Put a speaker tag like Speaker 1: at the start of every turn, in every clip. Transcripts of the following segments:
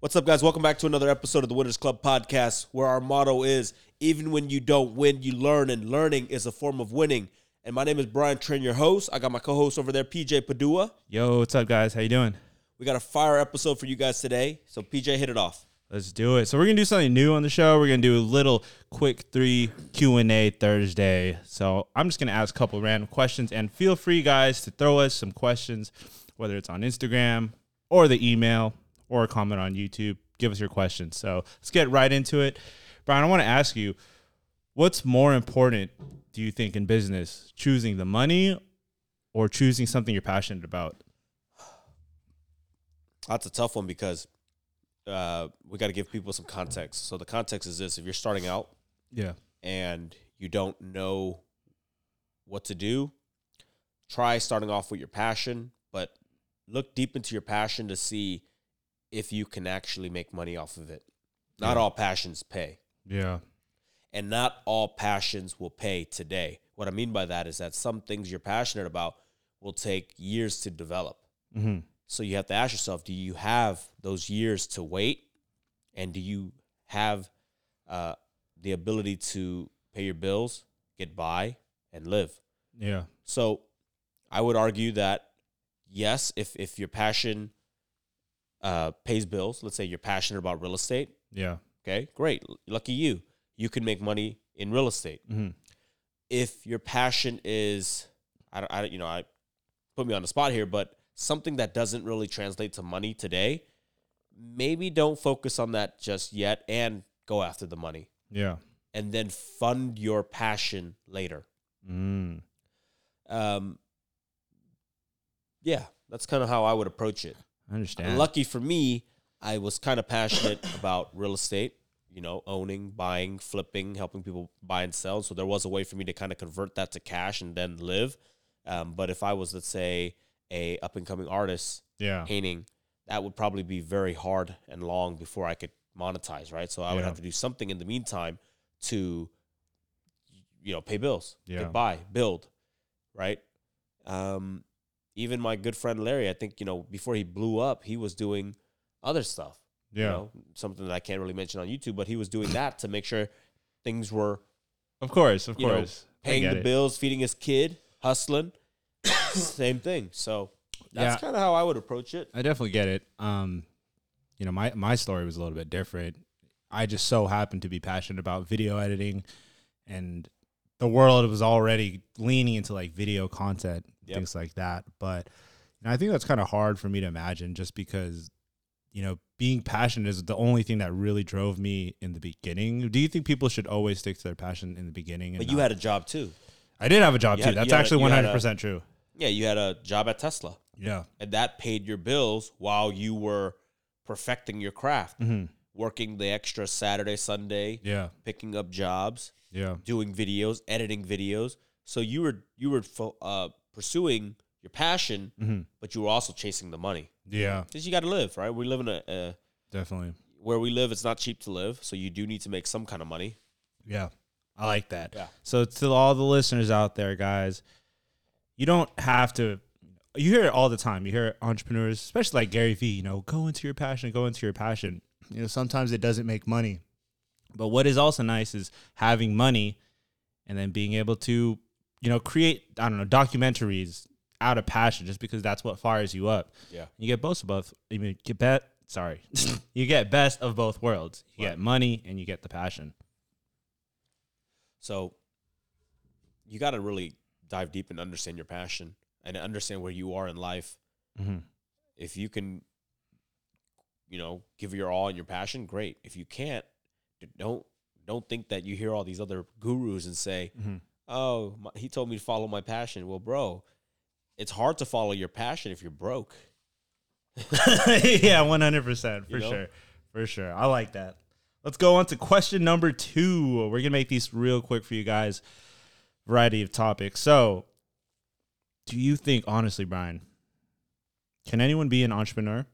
Speaker 1: What's up, guys? Welcome back to another episode of the Winners Club podcast, where our motto is even when you don't win, you learn, and learning is a form of winning. And my name is Brian Trin, your host. I got my co host over there, PJ Padua.
Speaker 2: Yo, what's up, guys? How you doing?
Speaker 1: We got a fire episode for you guys today. So, PJ, hit it off.
Speaker 2: Let's do it. So we're gonna do something new on the show. We're gonna do a little quick three Q and A Thursday. So I'm just gonna ask a couple random questions, and feel free, guys, to throw us some questions, whether it's on Instagram or the email or a comment on YouTube. Give us your questions. So let's get right into it. Brian, I want to ask you, what's more important, do you think, in business, choosing the money or choosing something you're passionate about?
Speaker 1: That's a tough one because uh, we got to give people some context. So, the context is this if you're starting out
Speaker 2: Yeah.
Speaker 1: and you don't know what to do, try starting off with your passion, but look deep into your passion to see if you can actually make money off of it. Not all passions pay,
Speaker 2: Yeah.
Speaker 1: and not all passions will pay today. What I mean by that is that some things you're passionate about will take years to develop.
Speaker 2: Mm-hmm.
Speaker 1: So you have to ask yourself: Do you have those years to wait, and do you have uh, the ability to pay your bills, get by, and live?
Speaker 2: Yeah.
Speaker 1: So, I would argue that yes, if if your passion uh, pays bills, let's say you're passionate about real estate,
Speaker 2: Yeah.
Speaker 1: okay, great, lucky you, you can make money in real estate
Speaker 2: Mm-hmm.
Speaker 1: if your passion is I don't, I don't you know I put me on the spot here but something that doesn't really translate to money today maybe don't focus on that just yet and go after the money
Speaker 2: Yeah.
Speaker 1: and then fund your passion later
Speaker 2: Mm.
Speaker 1: um yeah that's kind of how I would approach it
Speaker 2: I understand.
Speaker 1: lucky for me I was kind of passionate about real estate you know owning buying flipping helping people buy and sell so there was a way for me to kind of convert that to cash and then live um, but if i was let's say a up and coming artist
Speaker 2: yeah.
Speaker 1: painting that would probably be very hard and long before i could monetize right so i would
Speaker 2: Yeah.
Speaker 1: have to do something in the meantime to you know pay bills
Speaker 2: Yeah.
Speaker 1: get by build right um even my good friend larry i think you know before he blew up he was doing other stuff
Speaker 2: Yeah.
Speaker 1: you know, something that I can't really mention on YouTube, but he was doing that to make sure things were
Speaker 2: Of course. Of
Speaker 1: you know,
Speaker 2: course. I
Speaker 1: paying
Speaker 2: get
Speaker 1: the
Speaker 2: it.
Speaker 1: bills, feeding his kid, hustling. Same thing. So that's
Speaker 2: Yeah.
Speaker 1: kind of how I would approach it.
Speaker 2: I definitely get it. Um, you know, my my story was a little bit different. I just so happened to be passionate about video editing, and the world was already leaning into like video content,
Speaker 1: Yep.
Speaker 2: things like that. But you know, I think that's kind of hard for me to imagine, just because you know being passionate is the only thing that really drove me in the beginning. Do you think people should always stick to their passion in the beginning? and
Speaker 1: But you
Speaker 2: not-
Speaker 1: had a job too.
Speaker 2: I did have a job
Speaker 1: you
Speaker 2: too.
Speaker 1: had- you
Speaker 2: that's
Speaker 1: had a-
Speaker 2: actually
Speaker 1: you
Speaker 2: one
Speaker 1: had a-
Speaker 2: hundred percent true.
Speaker 1: Yeah, you had a job at Tesla,
Speaker 2: Yeah.
Speaker 1: and that paid your bills while you were perfecting your craft,
Speaker 2: Mm-hmm.
Speaker 1: working the extra Saturday, Sunday,
Speaker 2: Yeah.
Speaker 1: picking up jobs.
Speaker 2: Yeah.
Speaker 1: doing videos, editing videos. So you were you were fo- uh, pursuing your passion,
Speaker 2: Mhm.
Speaker 1: but you were also chasing the money
Speaker 2: Yeah.
Speaker 1: because you got to live, right? We live in a, a
Speaker 2: Definitely.
Speaker 1: where we live. It's not cheap to live, so you do need to make some kind of money.
Speaker 2: Yeah. I like that.
Speaker 1: Yeah.
Speaker 2: So to all the listeners out there, guys, you don't have to you hear it all the time. You hear entrepreneurs, especially like Gary Vee, you know, go into your passion, go into your passion. You know, sometimes it doesn't make money. But what is also nice is having money and then being able to, you know, create, I don't know, documentaries out of passion just because that's what fires you up.
Speaker 1: Yeah.
Speaker 2: You get both of both. I mean, get bet, sorry. you get best of both worlds. You
Speaker 1: Right.
Speaker 2: get money and you get the passion.
Speaker 1: So you got to really dive deep and understand your passion and understand where you are in life.
Speaker 2: Mm-hmm.
Speaker 1: If you can, you know, give your all in your passion, great. If you can't, d- don't don't think that you hear all these other gurus and say,
Speaker 2: Mm-hmm.
Speaker 1: oh, my, he told me to follow my passion. Well, bro, it's hard to follow your passion if you're broke.
Speaker 2: yeah, one hundred percent for
Speaker 1: You know?
Speaker 2: sure, for sure. I like that. Let's go on to question number two. We're gonna make these real quick for you guys. Variety of topics. So, do you think, honestly, Brian, can anyone be an entrepreneur?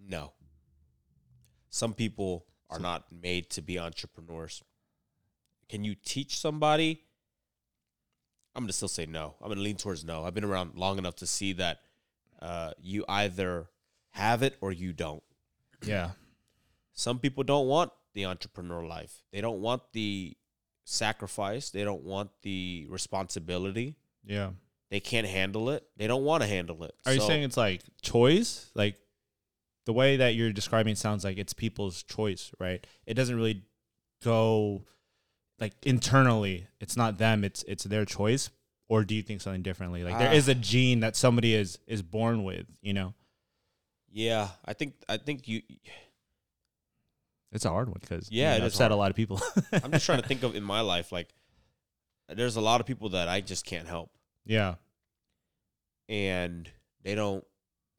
Speaker 1: No. Some people are not made to be entrepreneurs. Can you teach somebody? I'm going to still say no. I'm going to lean towards no. I've been around long enough to see that uh, you either have it or you don't.
Speaker 2: Yeah.
Speaker 1: Some people don't want the entrepreneur life. They don't want the sacrifice. They don't want the responsibility.
Speaker 2: Yeah.
Speaker 1: They can't handle it. They don't want to handle it.
Speaker 2: Are you
Speaker 1: So-
Speaker 2: saying it's like choice? Like the way that you're describing sounds like it's people's choice, right? It doesn't really go like internally. It's not them. It's it's their choice. Or do you think something differently? Like there
Speaker 1: Ah.
Speaker 2: is a gene that somebody is is born with. You know,
Speaker 1: Yeah, I think I think you.
Speaker 2: it's a hard one because
Speaker 1: Yeah, it
Speaker 2: it
Speaker 1: is
Speaker 2: upset a lot of people.
Speaker 1: I'm just trying to think of in my life like there's a lot of people that I just can't help.
Speaker 2: yeah,
Speaker 1: and they don't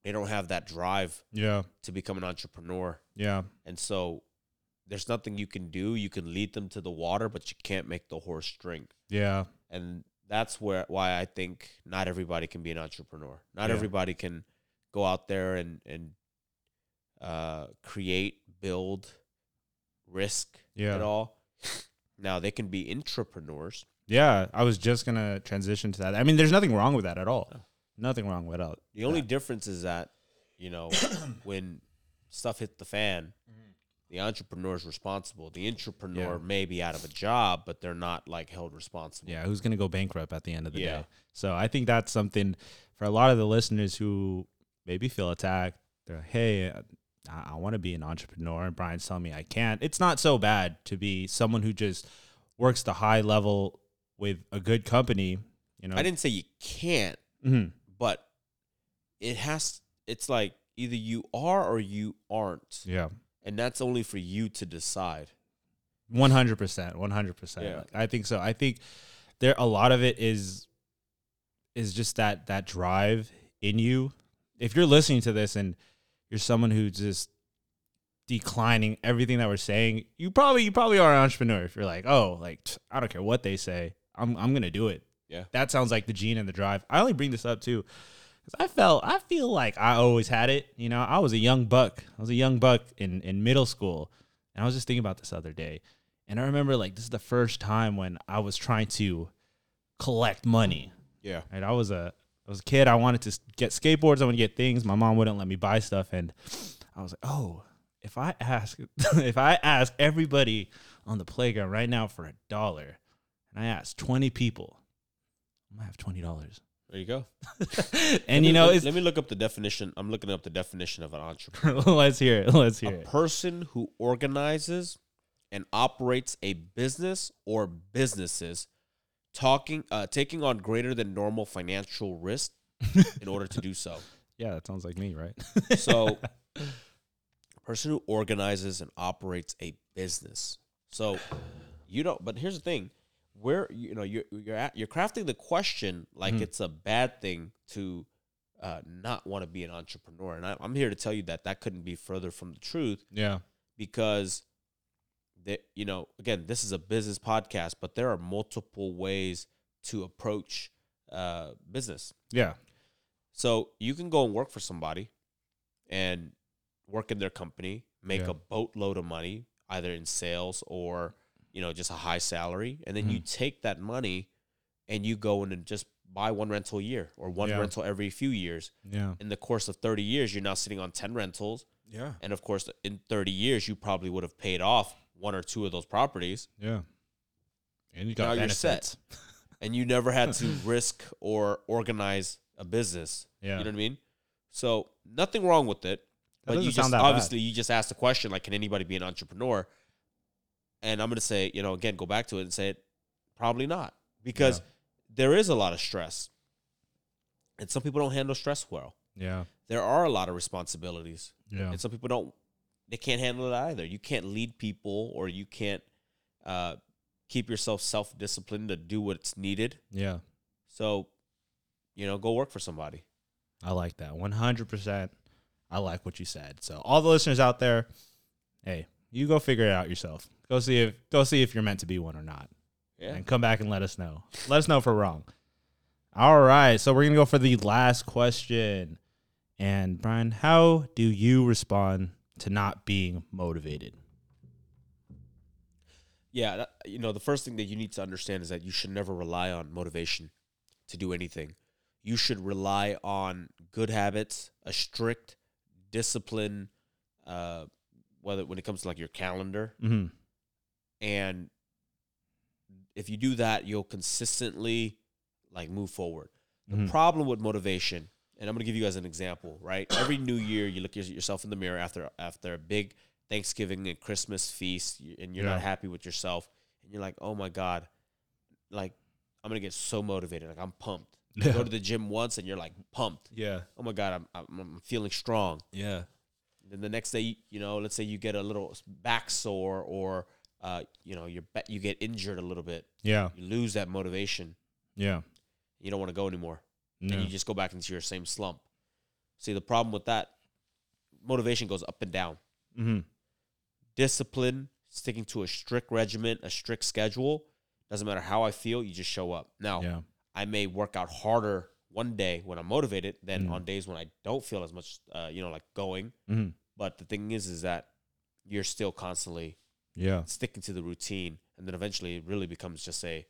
Speaker 1: they don't have that drive
Speaker 2: yeah,
Speaker 1: to become an entrepreneur
Speaker 2: yeah,
Speaker 1: and so there's nothing you can do you can lead them to the water but you can't make the horse drink
Speaker 2: yeah,
Speaker 1: and that's where why i think not everybody can be an entrepreneur not
Speaker 2: Yeah.
Speaker 1: everybody can go out there and and uh, create build risk
Speaker 2: Yeah.
Speaker 1: at all now they can be intrapreneurs
Speaker 2: yeah. I was just gonna transition to that. I mean, there's nothing wrong with that at all.
Speaker 1: Oh.
Speaker 2: Nothing wrong with it.
Speaker 1: The only difference is that, you know, when stuff hit the fan, the entrepreneur is responsible. The entrepreneur
Speaker 2: Yeah.
Speaker 1: may be out of a job, but they're not like held responsible.
Speaker 2: Yeah, who's going to go bankrupt at the end of the
Speaker 1: Yeah.
Speaker 2: day? So I think that's something for a lot of the listeners who maybe feel attacked. They're like, hey, I, I want to be an entrepreneur, and Brian's telling me I can't. It's not so bad to be someone who just works the high level with a good company. You know,
Speaker 1: I didn't say you can't,
Speaker 2: Mhm.
Speaker 1: but it has it's like either you are or you aren't.
Speaker 2: yeah,
Speaker 1: And that's only for you to decide.
Speaker 2: one hundred percent, one hundred
Speaker 1: Yeah.
Speaker 2: percent. I think so. I think there a lot of it is is just that that drive in you. If you're listening to this and you're someone who's just declining everything that we're saying, you probably you probably are an entrepreneur. If you're like, oh, like "Tch, I don't care what they say, I'm I'm gonna do it.
Speaker 1: Yeah.
Speaker 2: that sounds like the gene and the drive. I only bring this up too because I felt I feel like I always had it. You know, I was a young buck. I was a young buck in in middle school, and I was just thinking about this other day, and I remember like this is the first time when I was trying to collect money.
Speaker 1: Yeah.
Speaker 2: Right? I was a I was a kid. I wanted to s- get skateboards. I wanted to get things. My mom wouldn't let me buy stuff, and I was like, oh, if I ask if I ask everybody on the playground right now for a dollar, and I ask twenty people, I'm gonna have twenty dollars.
Speaker 1: There you go. Let
Speaker 2: and
Speaker 1: me
Speaker 2: you know,
Speaker 1: look-
Speaker 2: it's
Speaker 1: let me look up the definition. I'm looking up the definition of an entrepreneur.
Speaker 2: let's hear it. Let's
Speaker 1: a
Speaker 2: hear it.
Speaker 1: person who organizes and operates a business or businesses talking uh, taking on greater than normal financial risk in order to do so
Speaker 2: Yeah, that sounds like me, right?
Speaker 1: so person who organizes and operates a business so you don't but here's the thing where you know you're you're, at, you're crafting the question like
Speaker 2: Mhm.
Speaker 1: it's a bad thing to uh, not want to be an entrepreneur and I, i'm here to tell you that that couldn't be further from the truth
Speaker 2: yeah,
Speaker 1: because that you know again this is a business podcast but there are multiple ways to approach uh, business
Speaker 2: yeah,
Speaker 1: so you can go and work for somebody and work in their company make
Speaker 2: Yeah.
Speaker 1: a boatload of money either in sales or you know just a high salary and then you
Speaker 2: Mm-hmm.
Speaker 1: take that money and you go in and just buy one rental a year or one
Speaker 2: Yeah.
Speaker 1: rental every few years
Speaker 2: yeah,
Speaker 1: in the course of 30 years you're now sitting on 10 rentals
Speaker 2: yeah,
Speaker 1: and of course, in 30 years, you probably would have paid off one or two of those properties
Speaker 2: yeah. And you
Speaker 1: Now
Speaker 2: got
Speaker 1: you're
Speaker 2: benefits.
Speaker 1: and you never had to risk or organize a business.
Speaker 2: Yeah.
Speaker 1: You know what I mean? So, nothing wrong with it. But
Speaker 2: doesn't
Speaker 1: you
Speaker 2: sound
Speaker 1: just
Speaker 2: that bad.
Speaker 1: obviously you just asked the question like, can anybody be an entrepreneur? And I'm gonna say, you know, again, go back to it and say it, probably not. Because
Speaker 2: Yeah.
Speaker 1: there is a lot of stress. And some people don't handle stress well.
Speaker 2: Yeah,
Speaker 1: There are a lot of responsibilities.
Speaker 2: yeah,
Speaker 1: and some people don't they can't handle it either you can't lead people or you can't uh, keep yourself self-disciplined to do what's needed
Speaker 2: yeah.
Speaker 1: so you know go work for somebody
Speaker 2: I like that. 100%. I like what you said. So, all the listeners out there, hey, you go figure it out yourself. Go see if go see if you're meant to be one or not.
Speaker 1: yeah
Speaker 2: And come back and let us know. Let us know if we're wrong. All right. So, we're going to go for the last question. And Brian, how do you respond to not being motivated?
Speaker 1: yeah that, you know the first thing that you need to understand is that you should never rely on motivation to do anything you should rely on good habits a strict discipline, uh, whether when it comes to like your calendar,
Speaker 2: hmm
Speaker 1: and if you do that, you'll consistently like move forward. The
Speaker 2: Mhm.
Speaker 1: problem with motivation, and I'm gonna give you guys an example, right? Every New Year, you look at yourself in the mirror after after a big Thanksgiving and Christmas feast, y- and you're not
Speaker 2: Yeah.
Speaker 1: happy with yourself, and you're like, oh my god, like I'm gonna get so motivated, like I'm pumped. You Go to the gym once, and you're like pumped.
Speaker 2: Yeah.
Speaker 1: Oh my god, I'm I'm, I'm feeling strong.
Speaker 2: Yeah.
Speaker 1: Then the next day, you know, let's say you get a little back sore or, uh, you know, your ba- you get injured a little bit.
Speaker 2: Yeah.
Speaker 1: You lose that motivation.
Speaker 2: Yeah.
Speaker 1: You don't want to go anymore,
Speaker 2: No.
Speaker 1: and you just go back into your same slump. See, the problem with that, motivation goes up and down.
Speaker 2: hmm
Speaker 1: Discipline, sticking to a strict regimen, a strict schedule, doesn't matter how I feel. You just show up. Now,
Speaker 2: Yeah.
Speaker 1: I may work out harder one day when I'm motivated than
Speaker 2: Mm.
Speaker 1: on days when I don't feel as much, uh, you know, like going.
Speaker 2: hmm
Speaker 1: But the thing is, is that you're still constantly
Speaker 2: Yeah.
Speaker 1: sticking to the routine, and then eventually it really becomes just a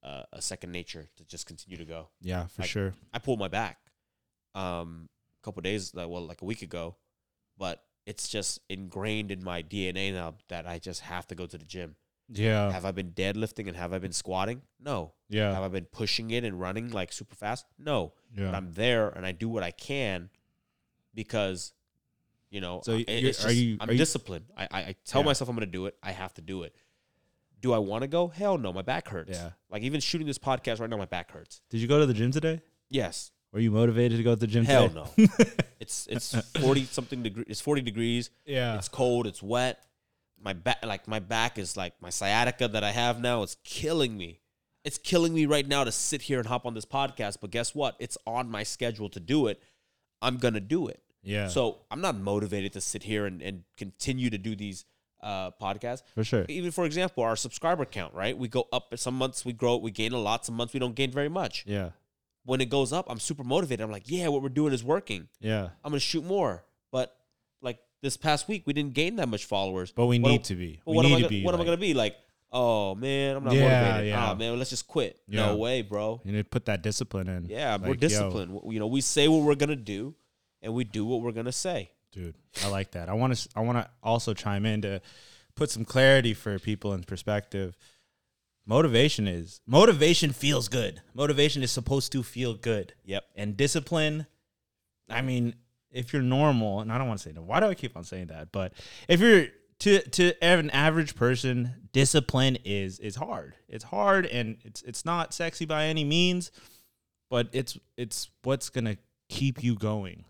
Speaker 1: uh, a second nature to just continue to go.
Speaker 2: Yeah. For
Speaker 1: Like-
Speaker 2: sure.
Speaker 1: I pulled my back um, a couple days, like well, like a week ago, but it's just ingrained in my DNA now that I just have to go to the gym.
Speaker 2: Yeah.
Speaker 1: have I been deadlifting and have I been squatting? No. Have
Speaker 2: Oh. Yeah.
Speaker 1: I been pushing it and running like super fast? No. But
Speaker 2: Yeah.
Speaker 1: I'm there and I do what I can because you know
Speaker 2: So
Speaker 1: I-
Speaker 2: you-
Speaker 1: it's
Speaker 2: you're- are
Speaker 1: just-
Speaker 2: you-
Speaker 1: I'm
Speaker 2: are you-
Speaker 1: disciplined. I, I, I tell
Speaker 2: Yeah.
Speaker 1: myself I'm gonna do it. I have to do it. Do I want to go? Hell no, my back hurts.
Speaker 2: Yeah.
Speaker 1: Like even shooting this podcast right now, my back hurts.
Speaker 2: Did you go to the gym today?
Speaker 1: Yes.
Speaker 2: Were you motivated to go to the gym?
Speaker 1: Hell
Speaker 2: today?
Speaker 1: no. It's it's forty something degree. It's forty degrees.
Speaker 2: Yeah.
Speaker 1: It's cold. It's wet. My back, like my back is like my sciatica that I have now. It's killing me. It's killing me right now to sit here and hop on this podcast. But guess what? It's on my schedule to do it. I'm gonna do it.
Speaker 2: Yeah.
Speaker 1: So I'm not motivated to sit here and, and continue to do these uh, podcasts.
Speaker 2: for sure.
Speaker 1: Even for example, our subscriber count, right? We go up. Some months we grow, we gain a lot. Some months we don't gain very much.
Speaker 2: Yeah.
Speaker 1: When it goes up, I'm super motivated. I'm like, yeah, what we're doing is working.
Speaker 2: Yeah.
Speaker 1: I'm gonna shoot more. But like this past week, we didn't gain that much followers.
Speaker 2: But we
Speaker 1: What
Speaker 2: need
Speaker 1: am-
Speaker 2: to be.
Speaker 1: But
Speaker 2: We
Speaker 1: what am I
Speaker 2: need
Speaker 1: gonna,
Speaker 2: to be.
Speaker 1: what am I
Speaker 2: like-
Speaker 1: gonna be like? Oh man, I'm not
Speaker 2: Yeah,
Speaker 1: motivated.
Speaker 2: yeah.
Speaker 1: Oh man, let's just quit.
Speaker 2: Yeah.
Speaker 1: No way, bro.
Speaker 2: You need to put that discipline in.
Speaker 1: Yeah, we're
Speaker 2: Like, yo,
Speaker 1: disciplined. W- You know, we say what we're gonna do, and we do what we're gonna say.
Speaker 2: dude, I like that. I want to. I want to also chime in to put some clarity for people in perspective. Motivation is motivation feels good. Motivation is supposed to feel good.
Speaker 1: Yep.
Speaker 2: And discipline, I mean, if you're normal, and I don't want to say no, why do I keep on saying that? But if you're to to an average person, discipline is is hard. It's hard and it's it's not sexy by any means, but it's it's what's gonna keep you going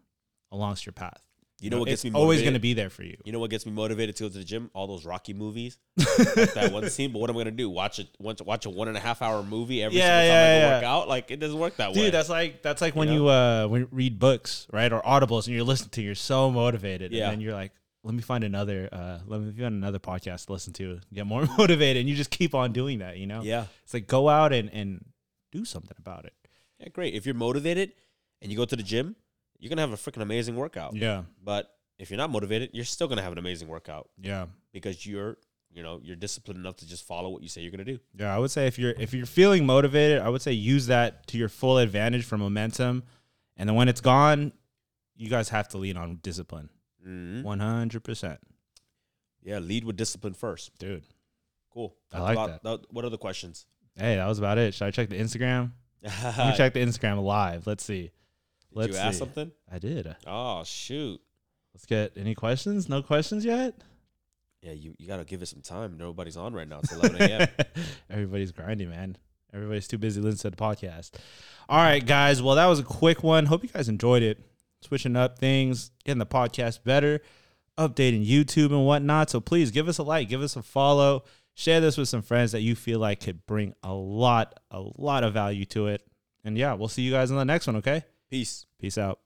Speaker 2: alongst your path.
Speaker 1: You know what gets
Speaker 2: it's
Speaker 1: me
Speaker 2: always
Speaker 1: motivated?
Speaker 2: gonna be there for you.
Speaker 1: You know what gets me motivated to go to the gym? All those Rocky movies. Like that one scene. But what am I gonna do? Watch it. Watch, watch a one and a half hour movie every single
Speaker 2: Yeah,
Speaker 1: time I
Speaker 2: yeah,
Speaker 1: go
Speaker 2: yeah.
Speaker 1: work out. Like it doesn't work that way.
Speaker 2: Dude, that's like that's like when
Speaker 1: You
Speaker 2: you, uh when you read books, right, or audibles, and you're listening to, you're so motivated,
Speaker 1: Yeah.
Speaker 2: and then you're like, let me find another, uh, let me find another podcast to listen to, get more motivated, and you just keep on doing that, you know?
Speaker 1: yeah.
Speaker 2: It's like go out and and do something about it.
Speaker 1: Yeah, great. If you're motivated and you go to the gym, you're gonna have a freaking amazing workout.
Speaker 2: Yeah,
Speaker 1: But if you're not motivated, you're still gonna have an amazing workout
Speaker 2: yeah,
Speaker 1: because you're, you know, you're disciplined enough to just follow what you say you're gonna do.
Speaker 2: yeah. I would say if you're if you're feeling motivated, I would say use that to your full advantage for momentum, and then when it's gone, you guys have to lean on discipline,
Speaker 1: Mm-hmm.
Speaker 2: one hundred percent,
Speaker 1: Yeah, lead with discipline first.
Speaker 2: dude.
Speaker 1: Cool.
Speaker 2: I like
Speaker 1: about, that- What other questions?
Speaker 2: Hey, that was about it. Should I check the Instagram? Let me
Speaker 1: did
Speaker 2: check the Instagram live. Let's see. Let's
Speaker 1: you ask
Speaker 2: see.
Speaker 1: something?
Speaker 2: I did.
Speaker 1: Oh shoot.
Speaker 2: Let's get any questions? No questions yet?
Speaker 1: Yeah, you, you gotta give it some time. Nobody's on right now. It's 11 a.m.
Speaker 2: Everybody's grinding, man. Everybody's too busy listening to the podcast. All right, guys. Well, that was a quick one. Hope you guys enjoyed it. Switching up things, getting the podcast better, updating YouTube and whatnot. So please give us a like, give us a follow, share this with some friends that you feel like could bring a lot, a lot of value to it. And yeah, we'll see you guys in the next one, okay?
Speaker 1: Peace.
Speaker 2: Peace out.